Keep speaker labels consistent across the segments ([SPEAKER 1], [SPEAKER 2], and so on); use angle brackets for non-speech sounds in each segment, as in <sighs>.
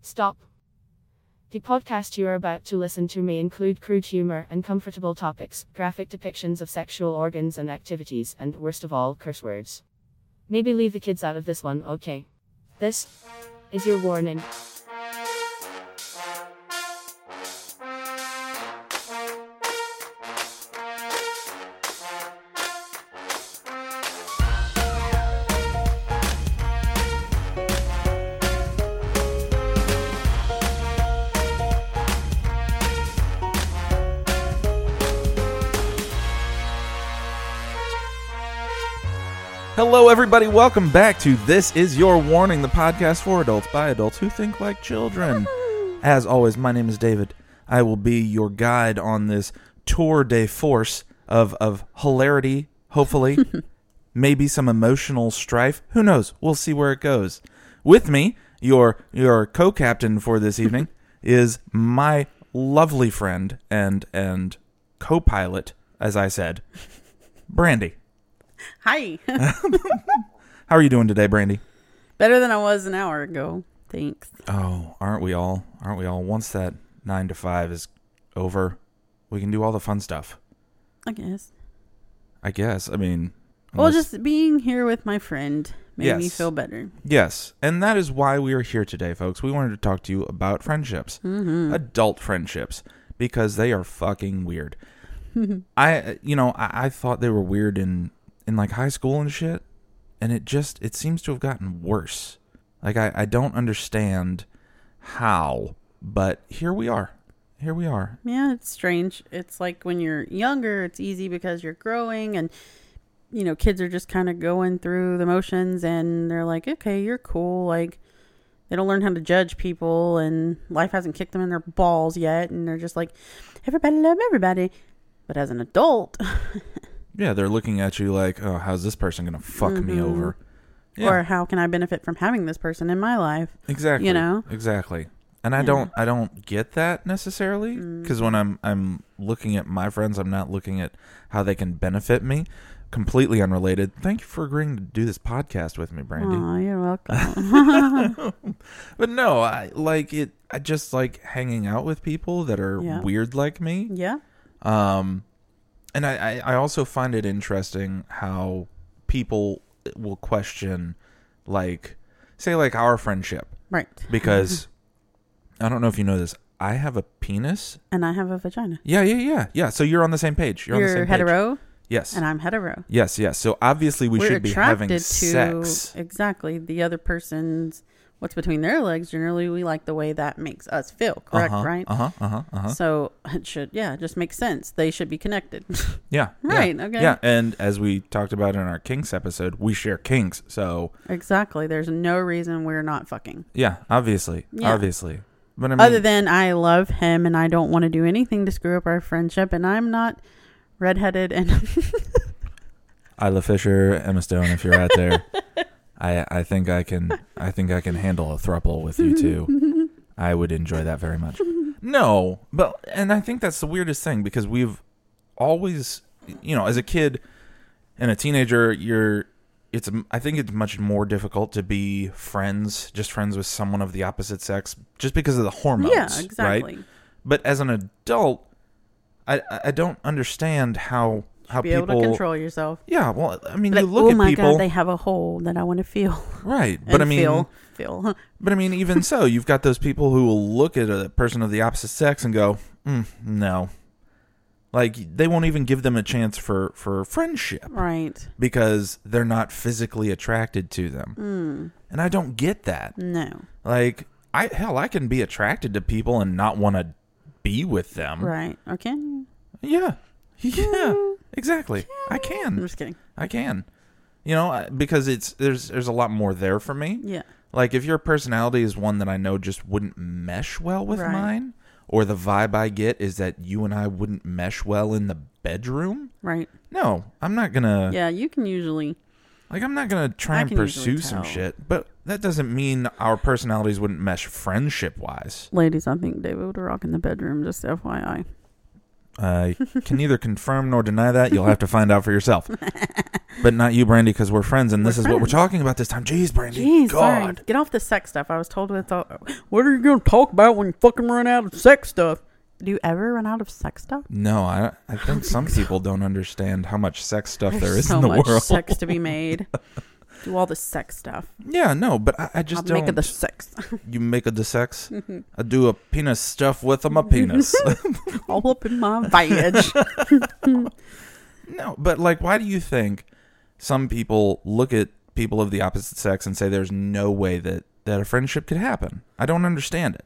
[SPEAKER 1] Stop. The podcast you are about to listen to may include crude humor, uncomfortable topics, graphic depictions of sexual organs and activities, and worst of all, curse words. Maybe leave the kids out of this one, okay? This is your warning.
[SPEAKER 2] Hello, everybody. Welcome back to This Is Your Warning, the podcast for adults by adults who think like children. As always, my name is David. I will be your guide on this tour de force of, of hilarity, hopefully, maybe some emotional strife. Who knows? We'll see where it goes. With me, your your co captain for this evening is my lovely friend and and co pilot, as I said, Brandy.
[SPEAKER 3] Hi. <laughs>
[SPEAKER 2] How are you doing today, Brandy?
[SPEAKER 3] Better than I was an hour ago. Thanks.
[SPEAKER 2] Oh, aren't we all? Aren't we all? Once that nine to five is over, we can do all the fun stuff.
[SPEAKER 3] I guess.
[SPEAKER 2] I guess. I mean,
[SPEAKER 3] Well,
[SPEAKER 2] unless-
[SPEAKER 3] just being here with my friend made me
[SPEAKER 2] Yes.
[SPEAKER 3] feel better.
[SPEAKER 2] yes, and that is why we are here today, folks. We wanted to talk to you about friendships,
[SPEAKER 3] Mm-hmm.
[SPEAKER 2] adult friendships, because they are fucking
[SPEAKER 3] <laughs>
[SPEAKER 2] weird. I, you know, I, I thought they were weird in in like high school and shit, and it just it seems to have gotten worse. Like I, I don't understand how, but here we are. Here we are.
[SPEAKER 3] Yeah, it's strange. It's like when you're younger, it's easy because you're growing and you know, kids are just kind of going through the motions and they're like, "Okay, you're cool." Like they don't learn how to judge people and life hasn't kicked them in their balls yet and they're just like, "Everybody love everybody." But as an adult,
[SPEAKER 2] Yeah, they're looking at you like, oh, how's this person going to fuck me over? Yeah,
[SPEAKER 3] Mm-hmm. or how can I benefit from having this person in my life?
[SPEAKER 2] exactly.
[SPEAKER 3] you know?
[SPEAKER 2] exactly. And I don't, I don't get that necessarily
[SPEAKER 3] Mm.
[SPEAKER 2] because when I'm, I'm looking at my friends, I'm not looking at how they can benefit me. Completely unrelated. Thank you for agreeing to do this podcast with me, Brandy.
[SPEAKER 3] Oh, you're welcome. <laughs>
[SPEAKER 2] But no, I like it. I just like hanging out with people that are
[SPEAKER 3] Yeah.
[SPEAKER 2] weird like me.
[SPEAKER 3] yeah.
[SPEAKER 2] Um, and I, I, I also find it interesting how people will question, like, say, like our friendship,
[SPEAKER 3] Right. <laughs>
[SPEAKER 2] because I don't know if you know this. I have a penis.
[SPEAKER 3] And I have a vagina.
[SPEAKER 2] Yeah, yeah, yeah, yeah. So you're on the same page. You're,
[SPEAKER 3] You're,
[SPEAKER 2] on the same page.
[SPEAKER 3] hetero,
[SPEAKER 2] Yes.
[SPEAKER 3] and I'm hetero.
[SPEAKER 2] yes, yes. So obviously we
[SPEAKER 3] We're
[SPEAKER 2] should be having sex.
[SPEAKER 3] exactly the other person's what's between their legs. Generally, we like the way that makes us feel. Correct,
[SPEAKER 2] Uh-huh,
[SPEAKER 3] right?
[SPEAKER 2] Uh-huh, uh-huh, uh-huh.
[SPEAKER 3] So it should, yeah, it just makes sense. They should be connected. <laughs>
[SPEAKER 2] Yeah. yeah,
[SPEAKER 3] Right, okay.
[SPEAKER 2] Yeah, and as we talked about in our kinks episode, we share kinks. So,
[SPEAKER 3] exactly. There's no reason we're not fucking.
[SPEAKER 2] yeah, obviously.
[SPEAKER 3] Yeah.
[SPEAKER 2] Obviously. But I mean,
[SPEAKER 3] Other than I love him and I don't want to do anything to screw up our friendship, and I'm not redheaded and <laughs>
[SPEAKER 2] Isla Fisher, Emma Stone, if you're out
[SPEAKER 3] <laughs>
[SPEAKER 2] there, I I think I can I think I can handle a thruple with you two. I would enjoy that very much. No, but and I think that's the weirdest thing because we've always, you know, as a kid and a teenager, you're it's I think it's much more difficult to be friends, just friends with someone of the opposite sex, just because of the hormones.
[SPEAKER 3] yeah,
[SPEAKER 2] right?
[SPEAKER 3] exactly.
[SPEAKER 2] But as an adult, I I- I don't understand how how
[SPEAKER 3] Be
[SPEAKER 2] people
[SPEAKER 3] able to control yourself.
[SPEAKER 2] yeah, well, I mean,
[SPEAKER 3] Like,
[SPEAKER 2] you look
[SPEAKER 3] oh
[SPEAKER 2] at
[SPEAKER 3] my
[SPEAKER 2] people,
[SPEAKER 3] god, they have a hole that I want to feel.
[SPEAKER 2] right?
[SPEAKER 3] and
[SPEAKER 2] But I mean,
[SPEAKER 3] feel, feel.
[SPEAKER 2] but I mean, even so, you've got those people who will look at a person of the opposite sex and go, mm, "No," like they won't even give them a chance for for friendship
[SPEAKER 3] right?
[SPEAKER 2] because they're not physically attracted to them,
[SPEAKER 3] Hmm.
[SPEAKER 2] and I don't get that.
[SPEAKER 3] No,
[SPEAKER 2] Like, I hell, I can be attracted to people and not want to be with them.
[SPEAKER 3] right? Hmm. Okay, I'm
[SPEAKER 2] Yeah, <laughs> yeah, exactly. I can,
[SPEAKER 3] just kidding.
[SPEAKER 2] I can. You know, I- because it's there's there's a lot more there for me.
[SPEAKER 3] Yeah,
[SPEAKER 2] Like if your personality is one that I know just wouldn't mesh well with
[SPEAKER 3] Right.
[SPEAKER 2] mine, or the vibe I get is that you and I wouldn't mesh well in the bedroom.
[SPEAKER 3] right.
[SPEAKER 2] No, I'm not gonna
[SPEAKER 3] Yeah, you can usually.
[SPEAKER 2] like I'm not gonna try
[SPEAKER 3] I
[SPEAKER 2] and
[SPEAKER 3] can usually
[SPEAKER 2] pursue some
[SPEAKER 3] tell.
[SPEAKER 2] shit. But that doesn't mean our personalities wouldn't mesh friendship wise.
[SPEAKER 3] Ladies, I think David would rock in the bedroom. Just FYI.
[SPEAKER 2] I can neither confirm nor deny that. You'll have to find out for yourself.
[SPEAKER 3] <laughs>
[SPEAKER 2] But not you, Brandy, because we're friends, and this is what we're
[SPEAKER 3] friends.
[SPEAKER 2] talking about this time. Jeez, Brandy,
[SPEAKER 3] Jeez, sorry.
[SPEAKER 2] God,
[SPEAKER 3] Get off the sex stuff. I was told with all, what are you going to talk about when you fucking run out of sex stuff? Do you ever run out of sex stuff?
[SPEAKER 2] no, I I think some people don't understand how much sex stuff there is
[SPEAKER 3] There's so
[SPEAKER 2] in the
[SPEAKER 3] much
[SPEAKER 2] world.
[SPEAKER 3] sex to be
[SPEAKER 2] <laughs>
[SPEAKER 3] made. Do all the sex stuff.
[SPEAKER 2] Yeah, no, but I, I just
[SPEAKER 3] I'll
[SPEAKER 2] don't.
[SPEAKER 3] make Mm-hmm. it <laughs> the sex.
[SPEAKER 2] you make a the sex. I do a penis stuff with a my
[SPEAKER 3] <laughs>
[SPEAKER 2] penis. <laughs>
[SPEAKER 3] all up in my <laughs> voyage.
[SPEAKER 2] no, but like, why do you think some people look at people of the opposite sex and say there's no way that that a friendship could happen? I don't understand it.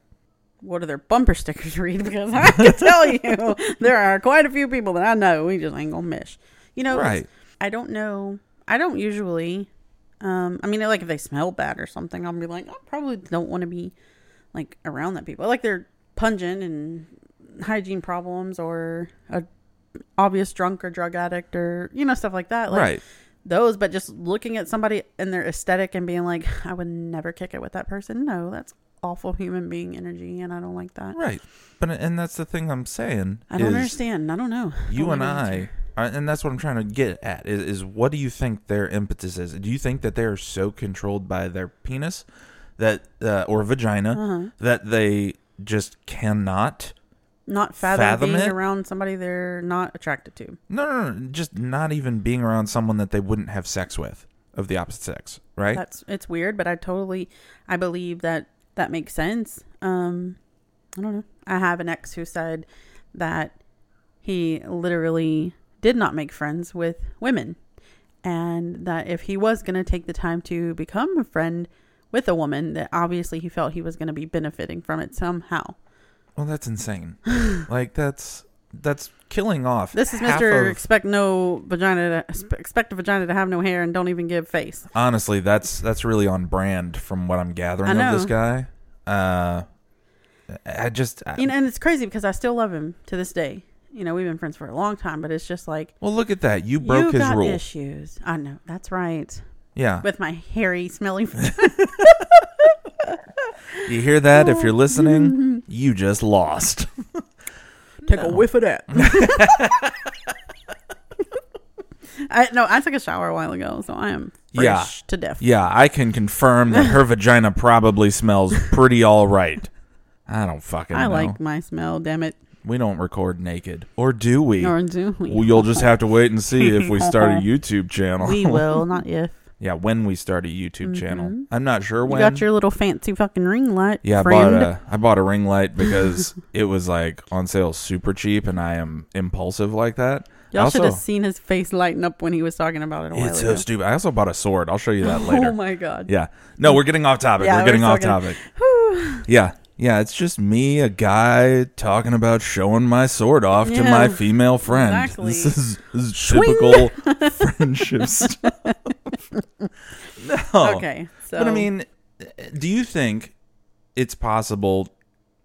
[SPEAKER 3] what do their bumper stickers <laughs> read? Because I can tell you, <laughs> there are quite a few people that I know. We just ain't gonna miss. You know,
[SPEAKER 2] Right.
[SPEAKER 3] I don't know. I don't usually. Um, I mean, like if they smell bad or something, I'll be like, I probably don't want to be like around that people. I Like they're pungent and hygiene problems, or a obvious drunk or drug addict, or you know stuff like that. Like,
[SPEAKER 2] right.
[SPEAKER 3] those, but just looking at somebody and their aesthetic and being like, I would never kick it with that person. No, that's awful human being energy, and I don't like that.
[SPEAKER 2] Right. But and that's the thing I'm saying.
[SPEAKER 3] I don't
[SPEAKER 2] is
[SPEAKER 3] understand. I don't know.
[SPEAKER 2] You
[SPEAKER 3] don't
[SPEAKER 2] and
[SPEAKER 3] know the
[SPEAKER 2] I
[SPEAKER 3] answer.
[SPEAKER 2] are, and that's what I'm trying to get at is, is what do you think their impetus is? Do you think that they are so controlled by their penis that uh, or vagina
[SPEAKER 3] Uh-huh.
[SPEAKER 2] that they just cannot
[SPEAKER 3] not fathom,
[SPEAKER 2] fathom
[SPEAKER 3] being
[SPEAKER 2] it?
[SPEAKER 3] around somebody they're not attracted to.
[SPEAKER 2] No, no, no, just not even being around someone that they wouldn't have sex with of the opposite sex, right?
[SPEAKER 3] That's it's weird, but I totally I believe that that makes sense. Um, I don't know. I have an ex who said that he literally did not make friends with women, and that if he was going to take the time to become a friend with a woman, that obviously he felt he was going to be benefiting from it somehow.
[SPEAKER 2] well, that's
[SPEAKER 3] <laughs>
[SPEAKER 2] insane. like that's that's killing off.
[SPEAKER 3] This is
[SPEAKER 2] half
[SPEAKER 3] Mister
[SPEAKER 2] of-
[SPEAKER 3] expect no vagina to expect a vagina to have no hair and don't even give face.
[SPEAKER 2] honestly, that's that's really on brand from what I'm gathering
[SPEAKER 3] I
[SPEAKER 2] of this
[SPEAKER 3] know.
[SPEAKER 2] guy. Uh, I just I-
[SPEAKER 3] You know, and it's crazy because I still love him to this day. You know, we've been friends for a long time, but it's just like
[SPEAKER 2] well, look at that. You broke
[SPEAKER 3] you
[SPEAKER 2] his
[SPEAKER 3] got
[SPEAKER 2] rule.
[SPEAKER 3] issues. I know that's right.
[SPEAKER 2] Yeah,
[SPEAKER 3] With my hairy,
[SPEAKER 2] <laughs>
[SPEAKER 3] smelly.
[SPEAKER 2] you hear that? If you're listening,
[SPEAKER 3] <laughs>
[SPEAKER 2] you just lost.
[SPEAKER 3] Take a whiff of that. <laughs> I no, I took a shower a while ago, so I am fresh
[SPEAKER 2] Yeah.
[SPEAKER 3] to death.
[SPEAKER 2] yeah, I can confirm that her vagina probably smells pretty all right. I don't fucking
[SPEAKER 3] I
[SPEAKER 2] know.
[SPEAKER 3] like my smell. Damn it,
[SPEAKER 2] We don't record naked, or do we?
[SPEAKER 3] nor do we.
[SPEAKER 2] Well, you'll just have to wait and see if we start
[SPEAKER 3] <laughs>
[SPEAKER 2] a YouTube channel.
[SPEAKER 3] we will not if
[SPEAKER 2] <laughs> yeah, when we start a YouTube channel, I'm not sure
[SPEAKER 3] you
[SPEAKER 2] when.
[SPEAKER 3] got your little fancy fucking ring light.
[SPEAKER 2] yeah, uh, I bought
[SPEAKER 3] friend.
[SPEAKER 2] a I bought a ring light because it was like on sale super cheap, and I am impulsive like that. I
[SPEAKER 3] Y'all should
[SPEAKER 2] also,
[SPEAKER 3] have seen his face lighten up when he was talking about it a while
[SPEAKER 2] Oh, it's
[SPEAKER 3] ago.
[SPEAKER 2] so stupid. I also bought a sword. I'll show you that later.
[SPEAKER 3] <laughs> Oh my god.
[SPEAKER 2] Yeah, no, we're getting off topic.
[SPEAKER 3] Yeah,
[SPEAKER 2] we're getting
[SPEAKER 3] we're
[SPEAKER 2] off
[SPEAKER 3] still <laughs>
[SPEAKER 2] topic. yeah, yeah, it's just me, a guy, talking about showing my sword off to
[SPEAKER 3] Yeah,
[SPEAKER 2] my female friend.
[SPEAKER 3] exactly.
[SPEAKER 2] This is, this is typical
[SPEAKER 3] <laughs>
[SPEAKER 2] friendship stuff. <laughs> no.
[SPEAKER 3] Okay. So
[SPEAKER 2] Oh. But I mean, do you think it's possible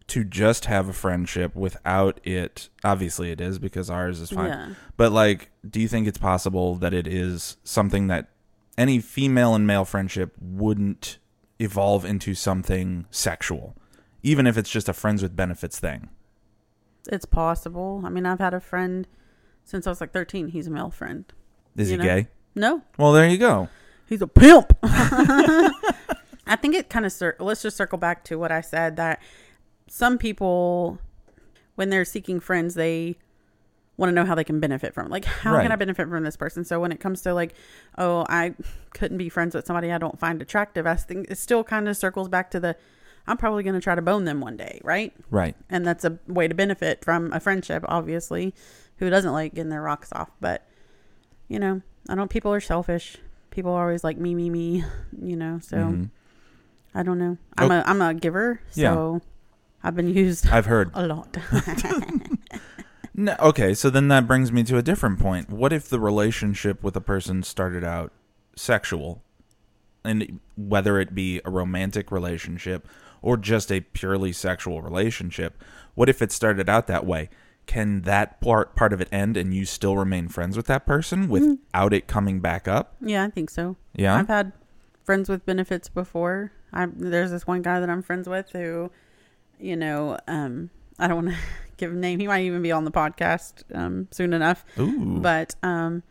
[SPEAKER 2] to just have a friendship without it? Obviously, it is because ours is fine.
[SPEAKER 3] Yeah.
[SPEAKER 2] But like, do you think it's possible that it is something that any female and male friendship wouldn't evolve into something sexual, even if it's just a friends with benefits thing?
[SPEAKER 3] It's possible. I mean, I've had a friend since I was like 13. He's a male friend.
[SPEAKER 2] Is
[SPEAKER 3] You
[SPEAKER 2] he
[SPEAKER 3] know?
[SPEAKER 2] gay?
[SPEAKER 3] No,
[SPEAKER 2] Well, there you go.
[SPEAKER 3] he's a pimp. <laughs> I think it kind of, cir- let's just circle back to what I said that some people, when they're seeking friends, they want to know how they can benefit from it. like how
[SPEAKER 2] Right.
[SPEAKER 3] can i benefit from this person so when it comes to like oh i couldn't be friends with somebody i don't find attractive i think it still kind of circles back to the i'm probably going to try to bone them one day right
[SPEAKER 2] Right.
[SPEAKER 3] and that's a way to benefit from a friendship obviously who doesn't like getting their rocks off but you know i don't people are selfish people are always like me me me <laughs> you know so
[SPEAKER 2] Mhm.
[SPEAKER 3] i don't know i'm a i'm a giver
[SPEAKER 2] Oh. Yeah.
[SPEAKER 3] so i've been <laughs> used
[SPEAKER 2] I've heard. <laughs>
[SPEAKER 3] a lot
[SPEAKER 2] No, okay, so then that brings me to a different point. What if the relationship with a person started out sexual? And whether it be a romantic relationship or just a purely sexual relationship, what if it started out that way? Can that part part of it end and you still remain friends with that person without it coming back up?
[SPEAKER 3] yeah i think so
[SPEAKER 2] Yeah.
[SPEAKER 3] Mm. I've had friends with benefits before. I there's this one guy that I'm friends with who, you know, um, I don't want to <laughs> give a name. He might even be on the podcast um, soon enough.
[SPEAKER 2] Ooh.
[SPEAKER 3] But um,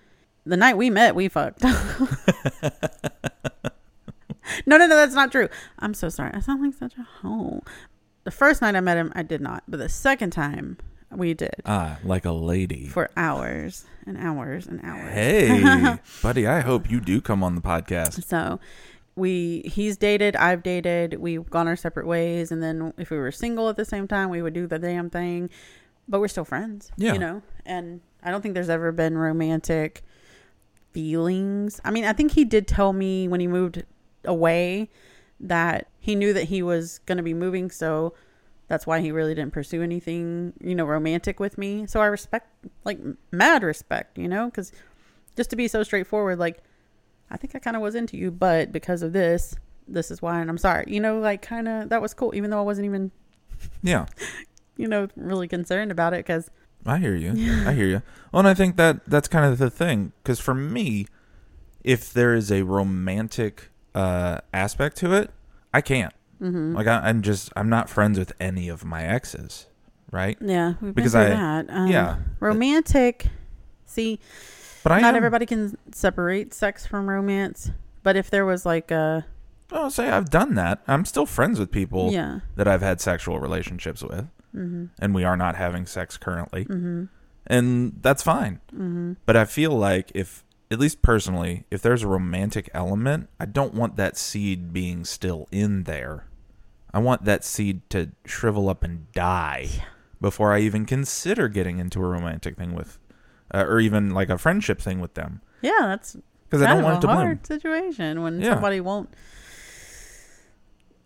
[SPEAKER 3] the night we met, we fucked. <laughs> no, no, no, that's not true. I'm so sorry. I sound like such a hoe. The first night I met him, I did not. But the second time, we did
[SPEAKER 2] ah, like a lady.
[SPEAKER 3] for hours and hours and hours. <laughs>
[SPEAKER 2] Hey, buddy, I hope you do come on the podcast.
[SPEAKER 3] So we he's dated, I've dated, we've gone our separate ways and then if we were single at the same time, we would do the damn thing. But we're still friends.
[SPEAKER 2] Yeah.
[SPEAKER 3] You know? And I don't think there's ever been romantic feelings. I mean, I think he did tell me when he moved away that he knew that he was gonna be moving, so that's why he really didn't pursue anything, you know, romantic with me. So I respect, like, mad respect, you know, because just to be so straightforward, like, I think I kind of was into you, but because of this, this is why, and I'm sorry. You know, like kind of that was cool, even though I wasn't even,
[SPEAKER 2] Yeah,
[SPEAKER 3] you know, really concerned about it because
[SPEAKER 2] I hear
[SPEAKER 3] <laughs>
[SPEAKER 2] you. I hear you. Well, and I think that that's kind of the thing because for me, if there is a romantic uh, aspect to it, I can't.
[SPEAKER 3] Mm-hmm.
[SPEAKER 2] Like I, I'm just I'm not friends with any of my exes, right?
[SPEAKER 3] yeah, we've
[SPEAKER 2] Because
[SPEAKER 3] been
[SPEAKER 2] I-
[SPEAKER 3] through that. Um,
[SPEAKER 2] yeah.
[SPEAKER 3] romantic. See,
[SPEAKER 2] But I
[SPEAKER 3] not
[SPEAKER 2] am-
[SPEAKER 3] everybody can separate sex from romance, but if there was like a
[SPEAKER 2] Oh, say I've done that. I'm still friends with people
[SPEAKER 3] yeah,
[SPEAKER 2] that I've had sexual relationships with,
[SPEAKER 3] mm-hmm,
[SPEAKER 2] and we are not having sex currently,
[SPEAKER 3] mm-hmm,
[SPEAKER 2] and that's fine.
[SPEAKER 3] mm-hmm.
[SPEAKER 2] But I feel like if, at least personally, if there's a romantic element, I don't want that seed being still in there. I want that seed to shrivel up and die before I even consider getting into a romantic thing with, uh, or even like a friendship thing with them,
[SPEAKER 3] yeah, that's
[SPEAKER 2] because I
[SPEAKER 3] kind
[SPEAKER 2] don't
[SPEAKER 3] of
[SPEAKER 2] want it
[SPEAKER 3] a
[SPEAKER 2] to bloom.
[SPEAKER 3] hard situation when
[SPEAKER 2] Yeah.
[SPEAKER 3] somebody won't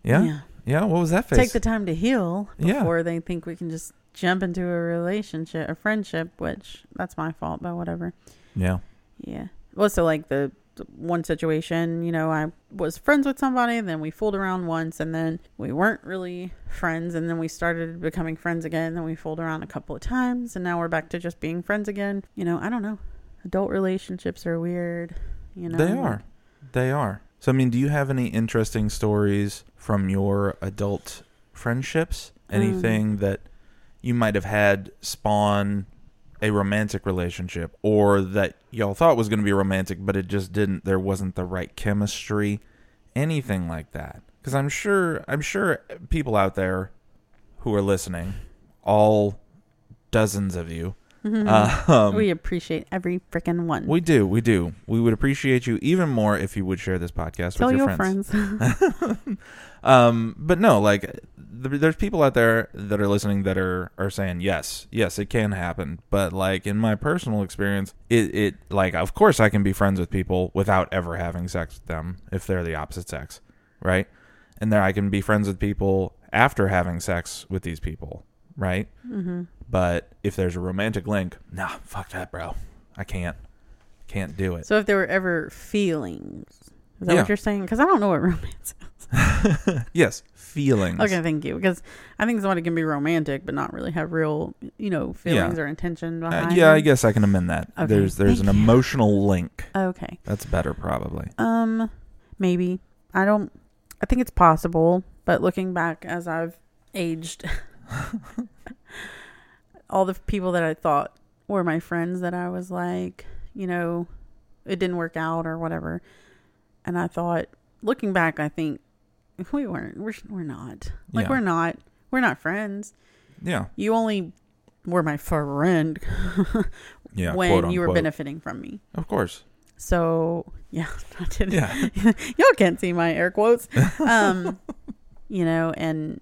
[SPEAKER 2] Yeah? yeah, What was that face?
[SPEAKER 3] take the time to heal
[SPEAKER 2] Yeah.
[SPEAKER 3] before they think we can just jump into a relationship, a friendship, which that's my fault, but whatever.
[SPEAKER 2] yeah,
[SPEAKER 3] Yeah. Well, so like the the one situation, you know, I was friends with somebody, then we fooled around once, and then we weren't really friends, and then we started becoming friends again, then we fooled around a couple of times, and now we're back to just being friends again. You know, I don't know. Adult relationships are weird. You know,
[SPEAKER 2] they are, they are. So I mean, do you have any interesting stories from your adult friendships?
[SPEAKER 3] Hmm.
[SPEAKER 2] Anything that you might have had spawn a romantic relationship, or that y'all thought was going to be romantic, but it just didn't. There wasn't the right chemistry, anything like that. Because I'm sure, I'm sure people out there who are listening, all dozens of you.
[SPEAKER 3] Hmm.
[SPEAKER 2] um,
[SPEAKER 3] Oh, Mm-hmm. <laughs> we appreciate every freaking one.
[SPEAKER 2] we do, we do. We would appreciate you even more if you would share this podcast
[SPEAKER 3] Tell
[SPEAKER 2] with your,
[SPEAKER 3] your friends. <laughs>
[SPEAKER 2] Um, but no, like th- there's people out there that are listening that are are saying yes, yes, it can happen. But like in my personal experience, it it like of course I can be friends with people without ever having sex with them if they're the opposite sex, right? And there I can be friends with people after having sex with these people, right?
[SPEAKER 3] mm-hmm.
[SPEAKER 2] But if there's a romantic link, nah, fuck that, bro. I can't, can't do it.
[SPEAKER 3] So if there were ever feelings, is that
[SPEAKER 2] Yeah.
[SPEAKER 3] what you're saying? Because I don't know what <laughs> romance. Is.
[SPEAKER 2] Yes, feelings.
[SPEAKER 3] Okay, thank you. Because I think somebody can be romantic but not really have real, you know, feelings or intention
[SPEAKER 2] Uh,
[SPEAKER 3] behind.
[SPEAKER 2] yeah, I
[SPEAKER 3] it.
[SPEAKER 2] guess I can amend that.
[SPEAKER 3] Okay,
[SPEAKER 2] There's there's an
[SPEAKER 3] thank you. Uh,
[SPEAKER 2] emotional link.
[SPEAKER 3] Okay.
[SPEAKER 2] That's better, probably.
[SPEAKER 3] Um, maybe I don't. I think it's possible, but looking back as I've aged, <laughs> all the people that I thought were my friends that I was like, you know, it didn't work out or whatever, and I thought, looking back, I think we weren't. We're we're not. Like
[SPEAKER 2] Yeah.
[SPEAKER 3] we're not. We're not friends.
[SPEAKER 2] Yeah,
[SPEAKER 3] You only were my friend
[SPEAKER 2] yeah.
[SPEAKER 3] <laughs> when
[SPEAKER 2] quote,
[SPEAKER 3] you were
[SPEAKER 2] unquote.
[SPEAKER 3] benefiting from me.
[SPEAKER 2] Of course.
[SPEAKER 3] So yeah, <laughs> I did
[SPEAKER 2] Yeah,
[SPEAKER 3] y'all can't see my air quotes um <laughs> you know and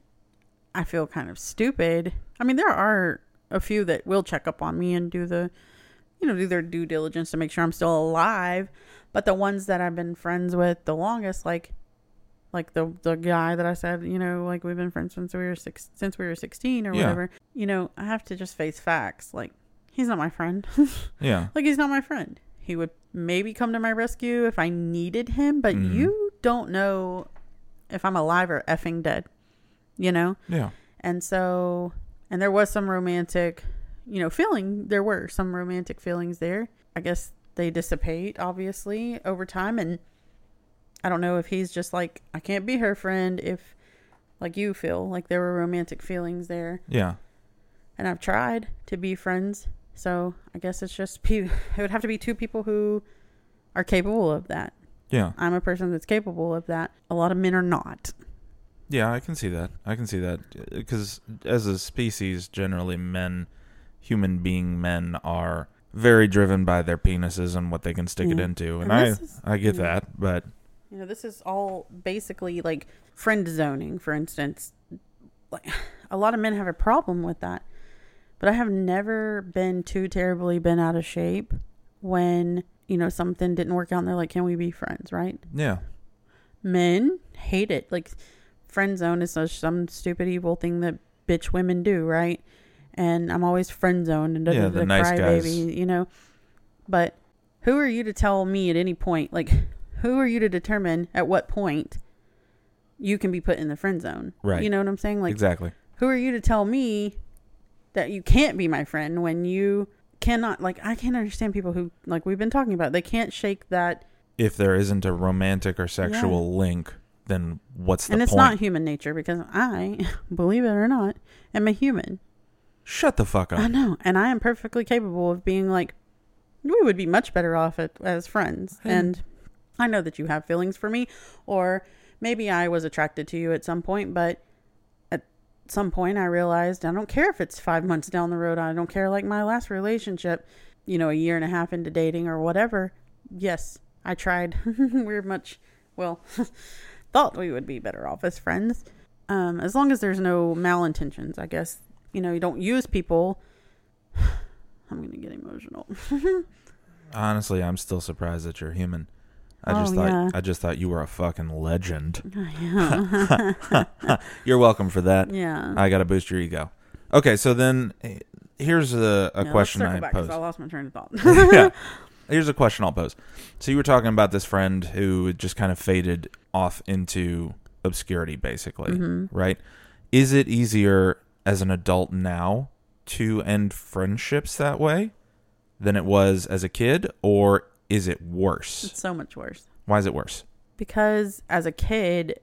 [SPEAKER 3] i feel kind of stupid i mean there are a few that will check up on me and do the you know do their due diligence to make sure i'm still alive but the ones that i've been friends with the longest like like the the guy that i said you know like we've been friends since we were six since we were 16 or
[SPEAKER 2] Yeah.
[SPEAKER 3] whatever you know i have to just face facts like he's not my friend <laughs>
[SPEAKER 2] yeah,
[SPEAKER 3] like he's not my friend. He would maybe come to my rescue if I needed him, but
[SPEAKER 2] Mhm.
[SPEAKER 3] you don't know if I'm alive or effing dead. You know?
[SPEAKER 2] yeah,
[SPEAKER 3] And so and there was some romantic, you know, feeling there were some romantic feelings there. I guess they dissipate obviously over time and I don't know if he's just like I can't be her friend if like you feel like there were romantic feelings there
[SPEAKER 2] yeah.
[SPEAKER 3] and I've tried to be friends. So I guess it's just pe- it would have to be <laughs> two people who are capable of that.
[SPEAKER 2] Yeah.
[SPEAKER 3] I'm a person that's capable of that. A lot of men are not.
[SPEAKER 2] Yeah, I can see that. I can see that because as a species, generally, men, human being men, are very driven by their penises and what they can stick it
[SPEAKER 3] Yeah.
[SPEAKER 2] into, and
[SPEAKER 3] Mm. And
[SPEAKER 2] I
[SPEAKER 3] this is- mm.
[SPEAKER 2] I get
[SPEAKER 3] yeah.
[SPEAKER 2] that, but
[SPEAKER 3] You know, this is all basically like friend zoning, for instance. Like, <sighs> a lot of men have a problem with that. But I have never been too terribly bent out of shape when, you know, something didn't work out and they're like, can we be friends, right?
[SPEAKER 2] yeah,
[SPEAKER 3] Men hate it. Like, friend zone is such some stupid evil thing that bitch women do, right? And I'm always friend zoned and doesn't
[SPEAKER 2] Yeah,
[SPEAKER 3] yeah,
[SPEAKER 2] the
[SPEAKER 3] the,
[SPEAKER 2] nice
[SPEAKER 3] crybaby,
[SPEAKER 2] guys.
[SPEAKER 3] you know. But who are you to tell me at any point? Like, who are you to determine at what point you can be put in the friend zone?
[SPEAKER 2] Right.
[SPEAKER 3] You know what I'm saying? Like,
[SPEAKER 2] exactly.
[SPEAKER 3] who are you to tell me that you can't be my friend when you cannot? Like, I can't understand people who like we've been talking about. They can't shake that,
[SPEAKER 2] If there isn't a romantic or sexual link, then what's the
[SPEAKER 3] and it's
[SPEAKER 2] point?
[SPEAKER 3] not human nature because I, <laughs> believe it or not, am a human.
[SPEAKER 2] Shut the fuck
[SPEAKER 3] I
[SPEAKER 2] up.
[SPEAKER 3] know, and I am perfectly capable of being like, we would be much better off at, as friends.
[SPEAKER 2] Hmm.
[SPEAKER 3] And I know that you have feelings for me, or maybe I was attracted to you at some point, but at some point I realized I don't care if it's five months down the road. I don't care, like my last relationship, you know, a year and a half into dating or whatever. Yes, I tried. <laughs> We're much, well, <laughs> thought we would be better off as friends. Um, as long as there's no malintentions, I guess. You know, you don't use people. <sighs> I'm going to get emotional. <laughs>
[SPEAKER 2] Honestly, I'm still surprised that you're human. I just
[SPEAKER 3] Oh,
[SPEAKER 2] thought
[SPEAKER 3] yeah.
[SPEAKER 2] I just thought you were a fucking
[SPEAKER 3] <laughs>
[SPEAKER 2] <laughs> legend.
[SPEAKER 3] yeah.
[SPEAKER 2] <laughs> You're welcome for that.
[SPEAKER 3] Oh. yeah.
[SPEAKER 2] I got to boost your ego. Okay, so then eh, here's a, a
[SPEAKER 3] Now,
[SPEAKER 2] question
[SPEAKER 3] let's circle
[SPEAKER 2] I
[SPEAKER 3] back, 'cause
[SPEAKER 2] posed.
[SPEAKER 3] I lost my train of thought.
[SPEAKER 2] <laughs> yeah. Here's a question I'll pose. So you were talking about this friend who just kind of faded off into obscurity, basically,
[SPEAKER 3] Mhm.
[SPEAKER 2] right? Is it easier as an adult now to end friendships that way than it was as a kid, or is it worse?
[SPEAKER 3] <laughs> It's so much worse.
[SPEAKER 2] Why is it worse?
[SPEAKER 3] Because as a kid,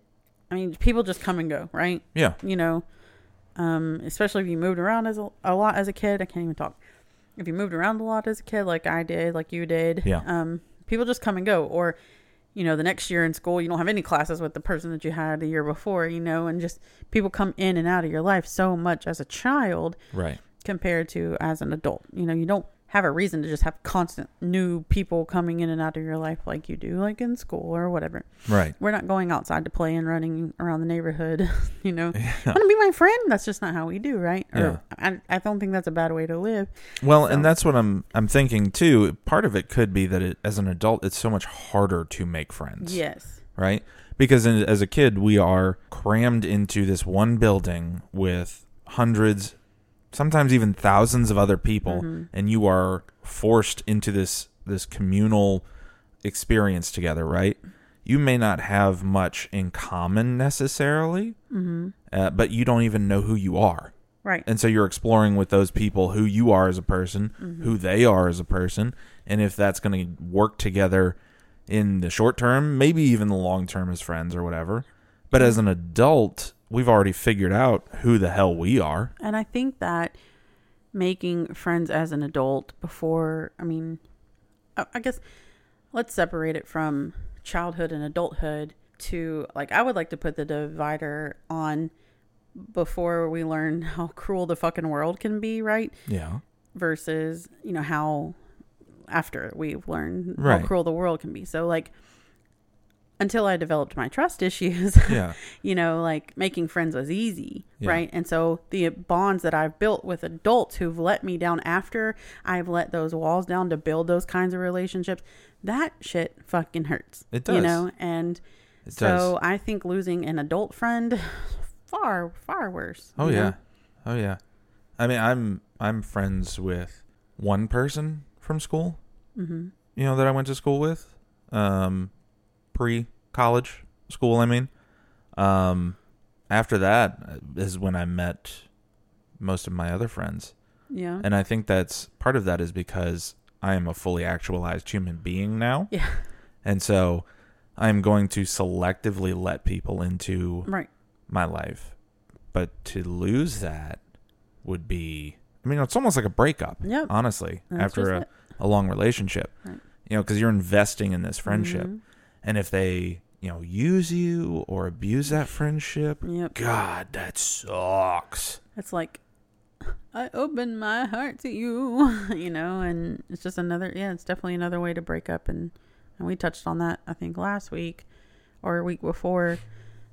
[SPEAKER 3] I mean, people just come and go, right?
[SPEAKER 2] Yeah,
[SPEAKER 3] you know, um, especially if you moved around as a, a lot as a kid. I can't even talk. If you moved around a lot as a kid, like I did, like you did,
[SPEAKER 2] Yeah.
[SPEAKER 3] um, people just come and go. Or, you know, the next year in school, you don't have any classes with the person that you had the year before, you know, and just people come in and out of your life so much as a child
[SPEAKER 2] right.
[SPEAKER 3] compared to as an adult. You know, you don't have a reason to just have constant new people coming in and out of your life like you do, like in school or whatever.
[SPEAKER 2] Right.
[SPEAKER 3] We're not going outside to play and running around the neighborhood, <laughs> you know. Want to be my friend? That's just not how we do, right? Or I, I don't think that's a bad way to live.
[SPEAKER 2] Well, and
[SPEAKER 3] So-
[SPEAKER 2] that's what I'm I'm thinking too. Part of it could be that it, as an adult, it's so much harder to make friends.
[SPEAKER 3] Yes.
[SPEAKER 2] right? Because in, as a kid, we are crammed into this one building with hundreds, sometimes even thousands of other people, and you are forced into this this communal experience together, right? You may not have much in common necessarily, uh, but you don't even know who you are.
[SPEAKER 3] Right.
[SPEAKER 2] And so you're exploring with those people who you are as a person, who they are as a person, and if that's going to work together in the short term, maybe even the long term as friends or whatever. But as an adult, we've already figured out who the hell we are.
[SPEAKER 3] And I think that making friends as an adult before, I mean, I I guess let's separate it from childhood and adulthood to like, I would like to put the divider on before we learn <laughs> how cruel the fucking world can be, right?
[SPEAKER 2] Yeah.
[SPEAKER 3] versus you know how after we've learned
[SPEAKER 2] Right.
[SPEAKER 3] how cruel the world can be so like until i developed my trust issues <laughs>
[SPEAKER 2] Yeah. <laughs>
[SPEAKER 3] you know like making friends was easy
[SPEAKER 2] Yeah.
[SPEAKER 3] right and so the bonds that i've built with adults who've let me down after i've let those walls down to build those kinds of relationships that shit fucking hurts
[SPEAKER 2] It
[SPEAKER 3] you
[SPEAKER 2] does.
[SPEAKER 3] know and
[SPEAKER 2] It
[SPEAKER 3] so i think losing an adult friend <sighs> far far worse
[SPEAKER 2] Oh
[SPEAKER 3] you know?
[SPEAKER 2] yeah. Oh yeah. I mean, I'm I'm friends with one person from school.
[SPEAKER 3] Mhm.
[SPEAKER 2] You know that I went to school with, um, pre college school. I mean, um, after that uh, is when I met most of my other friends,
[SPEAKER 3] yeah
[SPEAKER 2] and I think that's part of that is because I am a fully actualized human being now,
[SPEAKER 3] yeah <laughs>
[SPEAKER 2] and so I'm going to selectively let people into
[SPEAKER 3] right
[SPEAKER 2] my life. But to lose that would be I mean, it's almost like a breakup.
[SPEAKER 3] Yep.
[SPEAKER 2] Honestly,
[SPEAKER 3] That's
[SPEAKER 2] after
[SPEAKER 3] just
[SPEAKER 2] a,
[SPEAKER 3] it.
[SPEAKER 2] a long relationship,
[SPEAKER 3] Right. Mm-hmm.
[SPEAKER 2] you know, because you're investing in this friendship, and if they you know use you or abuse that friendship,
[SPEAKER 3] Yep.
[SPEAKER 2] God, that sucks.
[SPEAKER 3] It's like I open my heart to you, <laughs> you know, and it's just another yeah, it's definitely another way to break up and and we touched on that I think last week or week before.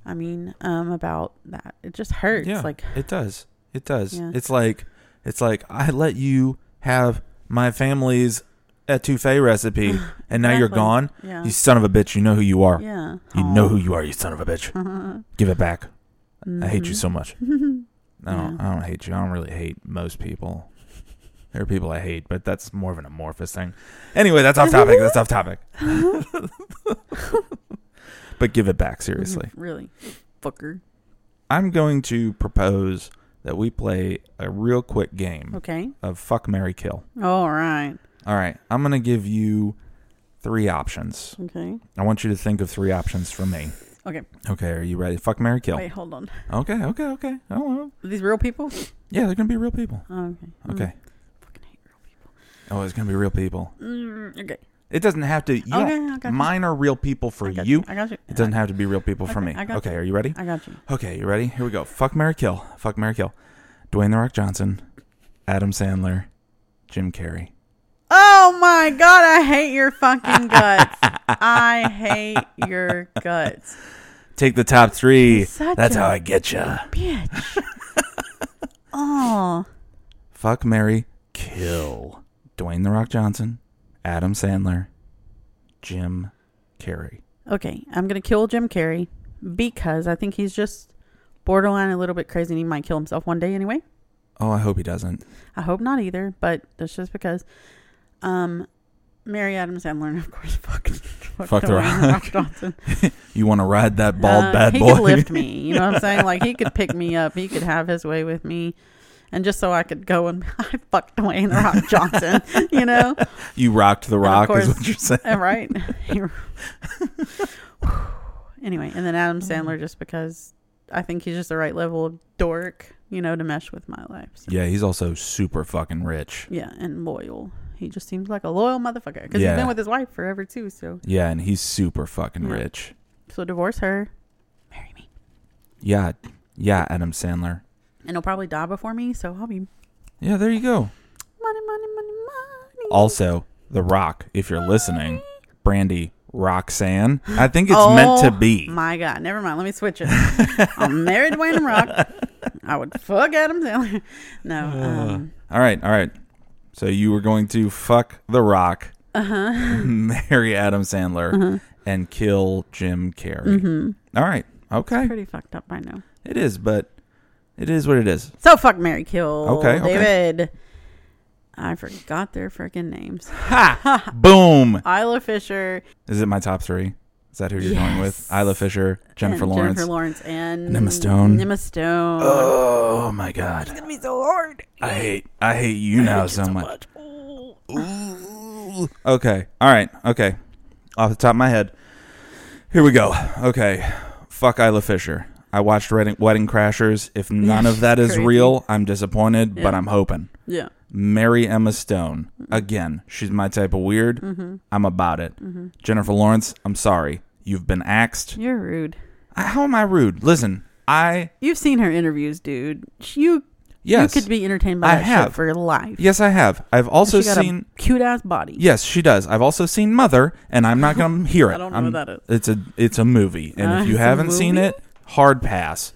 [SPEAKER 3] I mean, um about that. It just hurts
[SPEAKER 2] yeah,
[SPEAKER 3] like
[SPEAKER 2] it does. It does.
[SPEAKER 3] Yeah.
[SPEAKER 2] It's like it's like I let you have my family's etouffee
[SPEAKER 3] <laughs>
[SPEAKER 2] recipe, and now you're
[SPEAKER 3] Exactly.
[SPEAKER 2] gone.
[SPEAKER 3] yeah.
[SPEAKER 2] You son of a bitch. You know who you are.
[SPEAKER 3] yeah. Mm-hmm.
[SPEAKER 2] You know
[SPEAKER 3] <laughs>
[SPEAKER 2] who you are. You son of a bitch. Give it back. I hate you
[SPEAKER 3] <laughs>
[SPEAKER 2] so much. I don't. I don't hate you. I don't really hate most people. There are people I hate, but that's more of an amorphous thing. Anyway, that's off topic. That's off topic. <laughs> but give it back seriously.
[SPEAKER 3] Really. Fucker.
[SPEAKER 2] I'm going to propose that we play a real quick game
[SPEAKER 3] Okay.
[SPEAKER 2] of fuck, Mary kill.
[SPEAKER 3] All right.
[SPEAKER 2] All right, I'm gonna give you three options.
[SPEAKER 3] Okay.
[SPEAKER 2] I want you to think of three options for me.
[SPEAKER 3] Okay.
[SPEAKER 2] Okay, are you ready? Fuck, Mary kill.
[SPEAKER 3] Wait, hold on.
[SPEAKER 2] Okay, okay, okay. Oh, well.
[SPEAKER 3] Are these real people?
[SPEAKER 2] yeah, they're gonna be real people.
[SPEAKER 3] Oh, okay. Mm,
[SPEAKER 2] Okay.
[SPEAKER 3] fucking hate real people.
[SPEAKER 2] Oh, it's gonna be real people.
[SPEAKER 3] Mm, okay.
[SPEAKER 2] It doesn't have to. You
[SPEAKER 3] Okay,
[SPEAKER 2] don't-
[SPEAKER 3] Oh, I got you.
[SPEAKER 2] mine are real people for
[SPEAKER 3] I got
[SPEAKER 2] you.
[SPEAKER 3] I got you.
[SPEAKER 2] It doesn't have to be real people for
[SPEAKER 3] Okay,
[SPEAKER 2] me.
[SPEAKER 3] I got
[SPEAKER 2] Okay,
[SPEAKER 3] you.
[SPEAKER 2] are you ready?
[SPEAKER 3] I got you.
[SPEAKER 2] Okay, you ready? Here we go. Fuck, Mary kill. Fuck, Mary kill. Dwayne the Rock Johnson, Adam Sandler, Jim Carrey.
[SPEAKER 3] Oh my god, I hate your fucking
[SPEAKER 2] <laughs>
[SPEAKER 3] guts. I hate your guts.
[SPEAKER 2] Take the top three.
[SPEAKER 3] Such
[SPEAKER 2] That's
[SPEAKER 3] a-
[SPEAKER 2] how I get ya. <laughs>
[SPEAKER 3] Bitch. Oh.
[SPEAKER 2] Fuck, Mary kill. Dwayne the Rock Johnson, Adam Sandler, Jim Carrey.
[SPEAKER 3] Okay, I'm going to kill Jim Carrey because I think he's just borderline a little bit crazy and he might kill himself one day anyway.
[SPEAKER 2] Oh, I hope he doesn't.
[SPEAKER 3] I hope not either, but that's just because um Mary Adam Sandler <laughs> and of course fucking fuck,
[SPEAKER 2] Fuck The
[SPEAKER 3] Dwayne
[SPEAKER 2] Rock.
[SPEAKER 3] Johnson.
[SPEAKER 2] You want to ride that bald
[SPEAKER 3] Uh,
[SPEAKER 2] bad
[SPEAKER 3] he
[SPEAKER 2] boy?
[SPEAKER 3] could lift me. You know what I'm saying? Like he could pick me up. He could have his way with me, and just so I could go and <laughs> I fucked Dwayne the Rock Johnson. <laughs> You know,
[SPEAKER 2] <laughs> you rocked the
[SPEAKER 3] of
[SPEAKER 2] rock, is
[SPEAKER 3] course-
[SPEAKER 2] what you're saying.
[SPEAKER 3] And right? He- <sighs> anyway, and then
[SPEAKER 2] Mm.
[SPEAKER 3] Adam Sandler, just because I think he's just the right level of dork, you know, to mesh with my life. So,
[SPEAKER 2] Yeah, he's also super fucking rich.
[SPEAKER 3] yeah, and loyal. He just seems like a loyal motherfucker because
[SPEAKER 2] Yeah.
[SPEAKER 3] he's been with his wife forever too. So,
[SPEAKER 2] Yeah, and he's super fucking
[SPEAKER 3] Yeah.
[SPEAKER 2] rich.
[SPEAKER 3] so divorce her, marry me,
[SPEAKER 2] Yeah, yeah, Adam Sandler.
[SPEAKER 3] and he'll probably die before me. So I'll be
[SPEAKER 2] Yeah, there you go.
[SPEAKER 3] money, money, money, money.
[SPEAKER 2] Also, The Rock, if you're listening, Brandy Roxanne. I think it's meant to be.
[SPEAKER 3] Oh My God, never mind. Let me switch it. I'm married to Wayne Rock. I would fuck Adam Sandler. <laughs> No,
[SPEAKER 2] Uh,
[SPEAKER 3] um,
[SPEAKER 2] All right, all right. So you were going to fuck The Rock,
[SPEAKER 3] Uh-huh.
[SPEAKER 2] <laughs> marry Adam Sandler, and kill Jim Carrey.
[SPEAKER 3] Mm-hmm.
[SPEAKER 2] All right, okay,
[SPEAKER 3] pretty fucked up. I know.
[SPEAKER 2] it is, but it is what it is.
[SPEAKER 3] So fuck Mary Kill.
[SPEAKER 2] Okay, okay.
[SPEAKER 3] David. I forgot their freaking names.
[SPEAKER 2] <laughs>
[SPEAKER 3] Uh-huh.
[SPEAKER 2] Ha! Boom!
[SPEAKER 3] Isla Fisher,
[SPEAKER 2] Is it my top three? Is that who you're going with?
[SPEAKER 3] Yes.
[SPEAKER 2] Isla Fisher, Jennifer
[SPEAKER 3] and
[SPEAKER 2] Lawrence.
[SPEAKER 3] Jennifer Lawrence, and
[SPEAKER 2] Emma Stone.
[SPEAKER 3] Emma Stone.
[SPEAKER 2] Oh my god!
[SPEAKER 3] It's gonna be so hard.
[SPEAKER 2] I hate I hate you now so much. Ooh. Okay. All right. Okay. Off the top of my head. Here we go. Okay. Fuck Isla Fisher. I watched Wedding, Wedding Crashers. If none of that is
[SPEAKER 3] crazy.
[SPEAKER 2] real, I'm disappointed, but
[SPEAKER 3] Yeah.
[SPEAKER 2] I'm hoping.
[SPEAKER 3] Yeah.
[SPEAKER 2] Mary Emma Stone. Again, she's my type of weird. I'm about it. Jennifer Lawrence, I'm sorry. You've been axed.
[SPEAKER 3] You're rude.
[SPEAKER 2] I- How am I rude? Listen, I.
[SPEAKER 3] You've seen her interviews, dude. You
[SPEAKER 2] Yes.
[SPEAKER 3] you could be entertained by
[SPEAKER 2] I
[SPEAKER 3] that
[SPEAKER 2] have.
[SPEAKER 3] shit for life.
[SPEAKER 2] Yes, I have. I've also
[SPEAKER 3] she got
[SPEAKER 2] seen.
[SPEAKER 3] a cute ass body.
[SPEAKER 2] Yes, she does. I've also seen Mother, and I'm not
[SPEAKER 3] <laughs>
[SPEAKER 2] going to hear it.
[SPEAKER 3] I don't know
[SPEAKER 2] I'm-
[SPEAKER 3] what that is.
[SPEAKER 2] It's a it's a movie, and
[SPEAKER 3] Uh,
[SPEAKER 2] if you
[SPEAKER 3] it's a
[SPEAKER 2] haven't seen
[SPEAKER 3] movie?
[SPEAKER 2] it, hard
[SPEAKER 3] <laughs>
[SPEAKER 2] pass.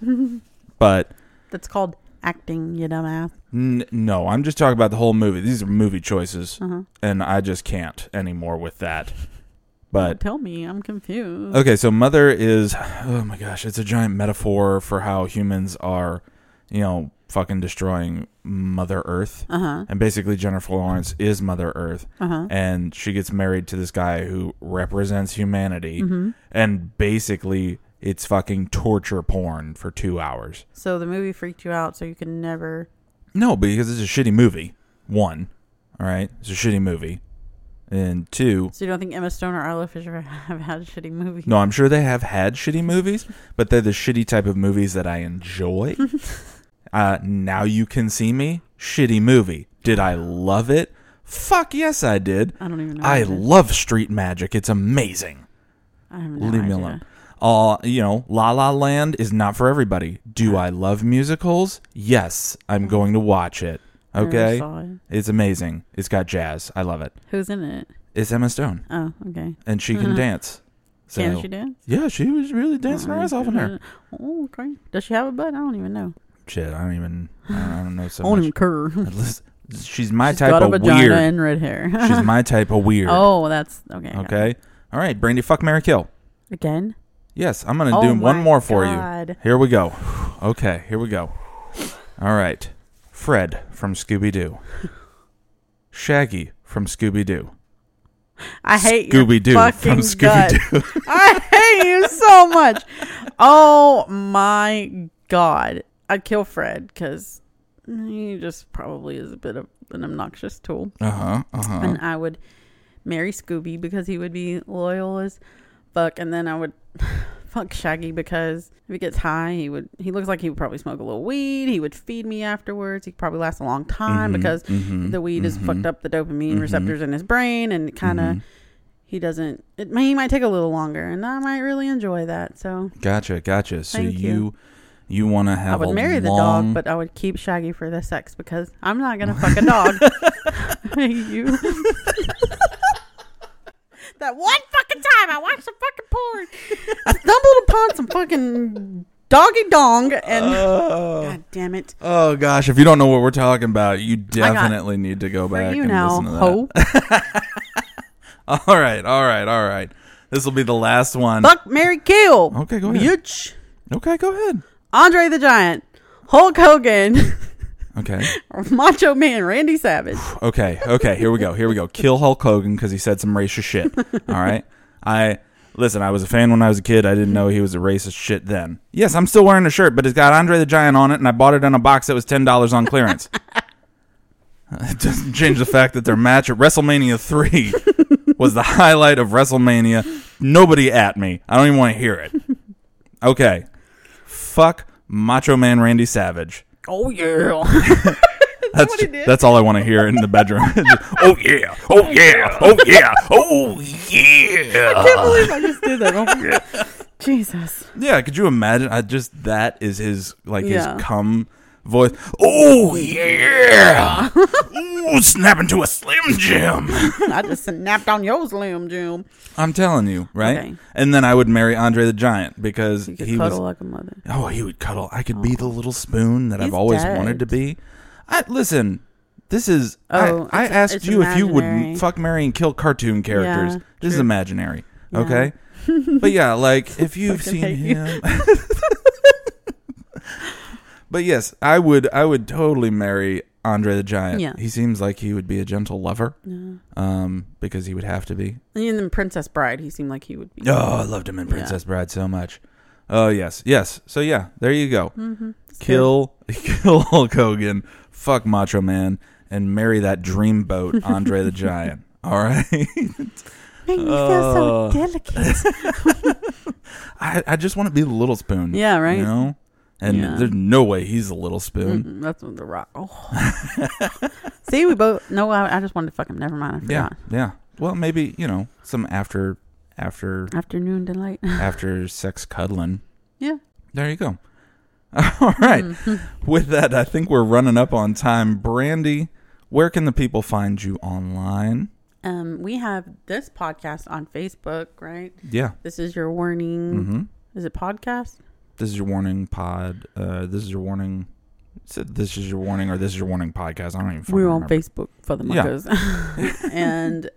[SPEAKER 2] but
[SPEAKER 3] That's called acting, you dumbass.
[SPEAKER 2] n- no, I'm just talking about the whole movie. These are movie choices,
[SPEAKER 3] Uh-huh.
[SPEAKER 2] and I just can't anymore with that. But
[SPEAKER 3] Tell me, I'm confused.
[SPEAKER 2] okay, so Mother is <sighs> oh my gosh, it's a giant metaphor for how humans are, you know, fucking destroying Mother Earth.
[SPEAKER 3] Uh huh.
[SPEAKER 2] And basically, Jennifer Lawrence is Mother Earth,
[SPEAKER 3] Uh-huh.
[SPEAKER 2] and she gets married to this guy who represents humanity, and basically, it's fucking torture porn for two hours.
[SPEAKER 3] So the movie freaked you out, so you can never.
[SPEAKER 2] No, because it's a shitty movie. One, all right, it's a shitty movie, and two,
[SPEAKER 3] So you don't think Emma Stone or Isla Fisher <laughs> have had shitty movies?
[SPEAKER 2] no, I'm sure they have had shitty movies,
[SPEAKER 3] <laughs>
[SPEAKER 2] but they're the shitty type of movies that I enjoy. uh, now you can see me. shitty movie. Did I love it? Fuck yes, I did.
[SPEAKER 3] I don't even know.
[SPEAKER 2] I
[SPEAKER 3] what it is.
[SPEAKER 2] love street magic. It's amazing.
[SPEAKER 3] I have no
[SPEAKER 2] Leave me
[SPEAKER 3] idea.
[SPEAKER 2] alone. Uh, you know, La La Land is not for everybody. Do I love musicals? Yes, I'm going to watch it.
[SPEAKER 3] Never
[SPEAKER 2] Okay,
[SPEAKER 3] saw it.
[SPEAKER 2] it's amazing. It's got jazz. I love it.
[SPEAKER 3] Who's in it?
[SPEAKER 2] It's Emma Stone,
[SPEAKER 3] Oh, okay.
[SPEAKER 2] and she can dance. So
[SPEAKER 3] Can she dance?
[SPEAKER 2] yeah, she was really dancing her ass off in there.
[SPEAKER 3] Oh, okay. Does she have a butt? I don't even know.
[SPEAKER 2] Shit, I don't even. I don't, I don't know so
[SPEAKER 3] <laughs> I don't even
[SPEAKER 2] much. <laughs>
[SPEAKER 3] care.
[SPEAKER 2] Listen, She's my
[SPEAKER 3] She's
[SPEAKER 2] type
[SPEAKER 3] got a
[SPEAKER 2] of
[SPEAKER 3] vagina
[SPEAKER 2] weird.
[SPEAKER 3] and red hair. <laughs>
[SPEAKER 2] She's my type of weird.
[SPEAKER 3] oh, that's okay. I got it.
[SPEAKER 2] Okay. All right, Brandy. Fuck Mary Kill.
[SPEAKER 3] Again.
[SPEAKER 2] Yes, I'm gonna
[SPEAKER 3] Oh
[SPEAKER 2] do one
[SPEAKER 3] my
[SPEAKER 2] more for you.
[SPEAKER 3] God.
[SPEAKER 2] Here we go. Okay, here we go. All right, Fred from Scooby Doo, Shaggy from Scooby Doo,
[SPEAKER 3] I hate
[SPEAKER 2] Scooby Doo from <laughs> Scooby
[SPEAKER 3] Scooby
[SPEAKER 2] Doo.
[SPEAKER 3] Doo. I hate you so much. Oh my god! I'd kill Fred because he just probably is a bit of an obnoxious tool,
[SPEAKER 2] Uh huh. Uh huh.
[SPEAKER 3] and I would marry Scooby because he would be loyal as fuck, and then I would <laughs> fuck Shaggy because if he gets high, he would. He looks like he would probably smoke a little weed. He would feed me afterwards. He'd probably last a long time because the weed has fucked up the dopamine receptors in his brain and kind of he doesn't it may he might take a little longer and i might really enjoy that so
[SPEAKER 2] Gotcha. Gotcha. So
[SPEAKER 3] Thank you.
[SPEAKER 2] you you want to have
[SPEAKER 3] i would
[SPEAKER 2] a
[SPEAKER 3] marry the
[SPEAKER 2] long-
[SPEAKER 3] dog but i would keep shaggy for the sex because i'm not gonna fuck a <laughs> dog you <laughs> that one fucking time i watched some fucking porn i stumbled upon some fucking doggy dong and
[SPEAKER 2] Oh.
[SPEAKER 3] god damn it
[SPEAKER 2] Oh gosh, if you don't know what we're talking about, you
[SPEAKER 3] got-
[SPEAKER 2] definitely need to go
[SPEAKER 3] for
[SPEAKER 2] back
[SPEAKER 3] you
[SPEAKER 2] and
[SPEAKER 3] now
[SPEAKER 2] listen to that. <laughs>
[SPEAKER 3] ho
[SPEAKER 2] All right, all right, all right. This will be the last one.
[SPEAKER 3] fuck mary <laughs> kill
[SPEAKER 2] Okay, go ahead.
[SPEAKER 3] Bitch.
[SPEAKER 2] Okay, go ahead.
[SPEAKER 3] andre the giant hulk hogan <laughs>
[SPEAKER 2] Okay.
[SPEAKER 3] Macho Man Randy Savage.
[SPEAKER 2] Okay, okay, here we go. Here we go. Kill Hulk Hogan because he said some racist shit. All right. I listen. I was a fan when I was a kid. I didn't know he was a racist shit then. Yes, I'm still wearing a shirt, but it's got Andre the Giant on it, and I bought it in a box that was ten dollars on clearance. it doesn't change the fact that their match at WrestleMania three was the highlight of WrestleMania. Nobody at me. I don't even want to hear it. Okay. Fuck Macho Man Randy Savage.
[SPEAKER 3] Oh <laughs> yeah.
[SPEAKER 2] That's
[SPEAKER 3] what he did?
[SPEAKER 2] that's all I want to hear in the bedroom.
[SPEAKER 3] <laughs>
[SPEAKER 2] oh yeah, oh yeah, oh yeah, oh yeah.
[SPEAKER 3] I can't believe I just did that. <laughs> Oh, Jesus.
[SPEAKER 2] Yeah, could you imagine? I just that is his like
[SPEAKER 3] Yeah.
[SPEAKER 2] his cum voice. Oh yeah,
[SPEAKER 3] <laughs>
[SPEAKER 2] ooh, snap into a slim jim.
[SPEAKER 3] I just snapped on your slim Jim.
[SPEAKER 2] I'm telling you, right?
[SPEAKER 3] Okay.
[SPEAKER 2] And then I would marry Andre the Giant because
[SPEAKER 3] You could
[SPEAKER 2] he was
[SPEAKER 3] cuddle like a mother. <laughs>
[SPEAKER 2] Oh, he would cuddle. I could be the little spoon that I've
[SPEAKER 3] He's
[SPEAKER 2] always
[SPEAKER 3] dead.
[SPEAKER 2] wanted to be. I listen. This is.
[SPEAKER 3] Oh,
[SPEAKER 2] I, I
[SPEAKER 3] it's-
[SPEAKER 2] asked
[SPEAKER 3] it's
[SPEAKER 2] you if you would
[SPEAKER 3] imaginary.
[SPEAKER 2] m- fuck, marry, and kill cartoon characters.
[SPEAKER 3] Yeah,
[SPEAKER 2] this is
[SPEAKER 3] true.
[SPEAKER 2] imaginary.
[SPEAKER 3] Yeah. <laughs>
[SPEAKER 2] Okay. but yeah, like if you've
[SPEAKER 3] Fucking
[SPEAKER 2] seen
[SPEAKER 3] hate you.
[SPEAKER 2] him. <laughs> but yes, I would. I would totally marry Andre the Giant.
[SPEAKER 3] Yeah.
[SPEAKER 2] He seems like he would be a gentle lover.
[SPEAKER 3] Yeah.
[SPEAKER 2] Um, because he would have to be.
[SPEAKER 3] And then Princess Bride, he seemed like he would be.
[SPEAKER 2] Oh, I loved him in Princess Bride so much. Oh yes, yes. So yeah, there you go.
[SPEAKER 3] Mm-hmm.
[SPEAKER 2] kill <laughs> kill Hulk Hogan, fuck Macho Man, and marry that
[SPEAKER 3] <laughs>
[SPEAKER 2] dreamboat Andre the Giant. All right, <laughs>
[SPEAKER 3] Make me
[SPEAKER 2] Oh.
[SPEAKER 3] feel so <laughs> delicate.
[SPEAKER 2] I, I just want to be the Little Spoon.
[SPEAKER 3] Yeah, right?
[SPEAKER 2] You know, and
[SPEAKER 3] Yeah.
[SPEAKER 2] there's no way he's a Little Spoon.
[SPEAKER 3] Mm-mm, that's what the rock. Oh. See, we both. No, I, I just wanted to fuck him. Never mind. I
[SPEAKER 2] Yeah,
[SPEAKER 3] forgot.
[SPEAKER 2] yeah. Well, maybe you know some after after
[SPEAKER 3] Afternoon delight. <laughs>
[SPEAKER 2] after sex cuddling.
[SPEAKER 3] Yeah. Mm-hmm.
[SPEAKER 2] There you go. <laughs> All right. With that, I think we're running up on time. Brandy, where can the people find you online?
[SPEAKER 3] Um, we have this podcast on Facebook, right?
[SPEAKER 2] Yeah.
[SPEAKER 3] This is your warning.
[SPEAKER 2] Mm-hmm.
[SPEAKER 3] Is it podcast?
[SPEAKER 2] this is your warning pod. Uh, this is your warning. it said this is your warning or this is your warning podcast. I don't even. fucking
[SPEAKER 3] We're on
[SPEAKER 2] remember.
[SPEAKER 3] Facebook for the
[SPEAKER 2] Yeah.
[SPEAKER 3] muckers. <laughs> and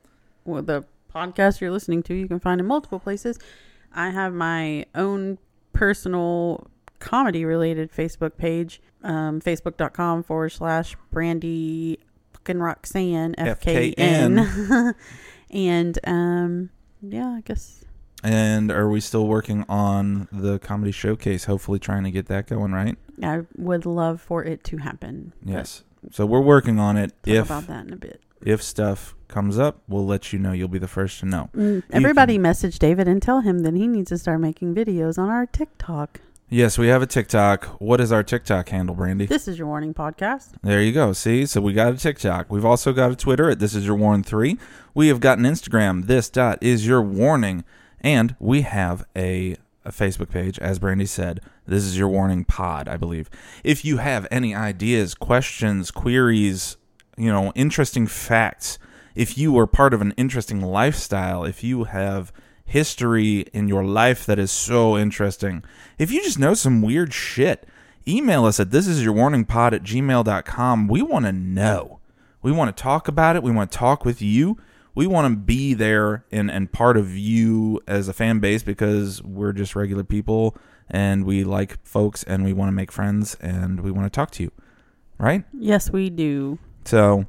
[SPEAKER 3] well, the podcast you're listening to, you can find in multiple places. I have my own personal comedy related Facebook page, um, facebook.com forward slash Brandy fucking Roxanne, FKN. <laughs> and um, yeah, I guess.
[SPEAKER 2] And are we still working on the comedy showcase? Hopefully, trying to get that going, right?
[SPEAKER 3] I would love for it to happen. but
[SPEAKER 2] Yes. So we're working on it.
[SPEAKER 3] Talk
[SPEAKER 2] if
[SPEAKER 3] about that in a bit.
[SPEAKER 2] if stuff comes up, we'll let you know. You'll be the first to know.
[SPEAKER 3] Mm, Everybody message David and tell him that he needs to start making videos on our TikTok.
[SPEAKER 2] Yes, we have a TikTok. What is our TikTok handle, Brandy?
[SPEAKER 3] This is your warning podcast.
[SPEAKER 2] There you go. See, so we got a TikTok. We've also got a Twitter at This Is Your Warning Three. We have got an Instagram. This dot is your warning, and we have a, a Facebook page. As Brandy said, This Is Your Warning Pod. I believe. If you have any ideas, questions, queries, you know, interesting facts. If you are part of an interesting lifestyle, if you have history in your life that is so interesting, if you just know some weird shit email us at this is your warning pod at gmail.com we want to know we want to talk about it we want to talk with you we want to be there and, and part of you as a fan base because we're just regular people and we like folks and we want to make friends and we want to talk to you right
[SPEAKER 3] Yes, we do.
[SPEAKER 2] so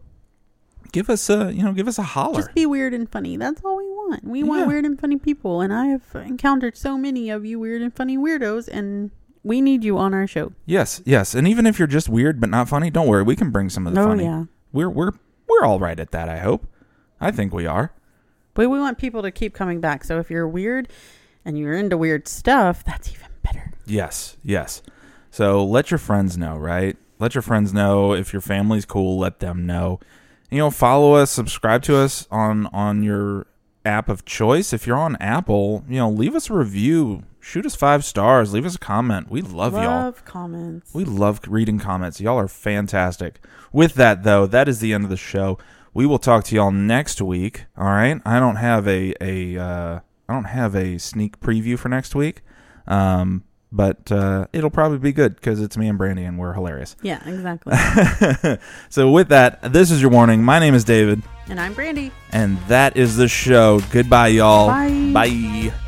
[SPEAKER 2] give us a you know give us a holler
[SPEAKER 3] Just be weird and funny. That's all we want. We
[SPEAKER 2] Yeah.
[SPEAKER 3] want weird and funny people. And I have encountered so many of you weird and funny weirdos, and we need you on our show.
[SPEAKER 2] yes yes and even if you're just weird but not funny don't worry we can bring some of the
[SPEAKER 3] Oh,
[SPEAKER 2] funny
[SPEAKER 3] yeah.
[SPEAKER 2] we're we're we're all right at that i hope i think we are
[SPEAKER 3] But we want people to keep coming back. So if you're weird and you're into weird stuff, that's even better.
[SPEAKER 2] Yes, yes. So let your friends know, right? Let your friends know if your family's cool. Let them know. You know, follow us, subscribe to us on on your app of choice. If you're on Apple, you know, leave us a review, shoot us five stars, leave us a comment. We love, y'all.
[SPEAKER 3] Love comments.
[SPEAKER 2] We love reading comments. Y'all are fantastic. With that though, that is the end of the show. We will talk to y'all next week. All right. I don't have a a uh, I don't have a sneak preview for next week, um, but uh, it'll probably be good because it's me and Brandy and we're hilarious.
[SPEAKER 3] Yeah,
[SPEAKER 2] <laughs>
[SPEAKER 3] exactly.
[SPEAKER 2] so with that, this is your warning. My name is David,
[SPEAKER 3] and I'm Brandy.
[SPEAKER 2] and that is the show. Goodbye, y'all.
[SPEAKER 3] Bye.
[SPEAKER 2] Bye.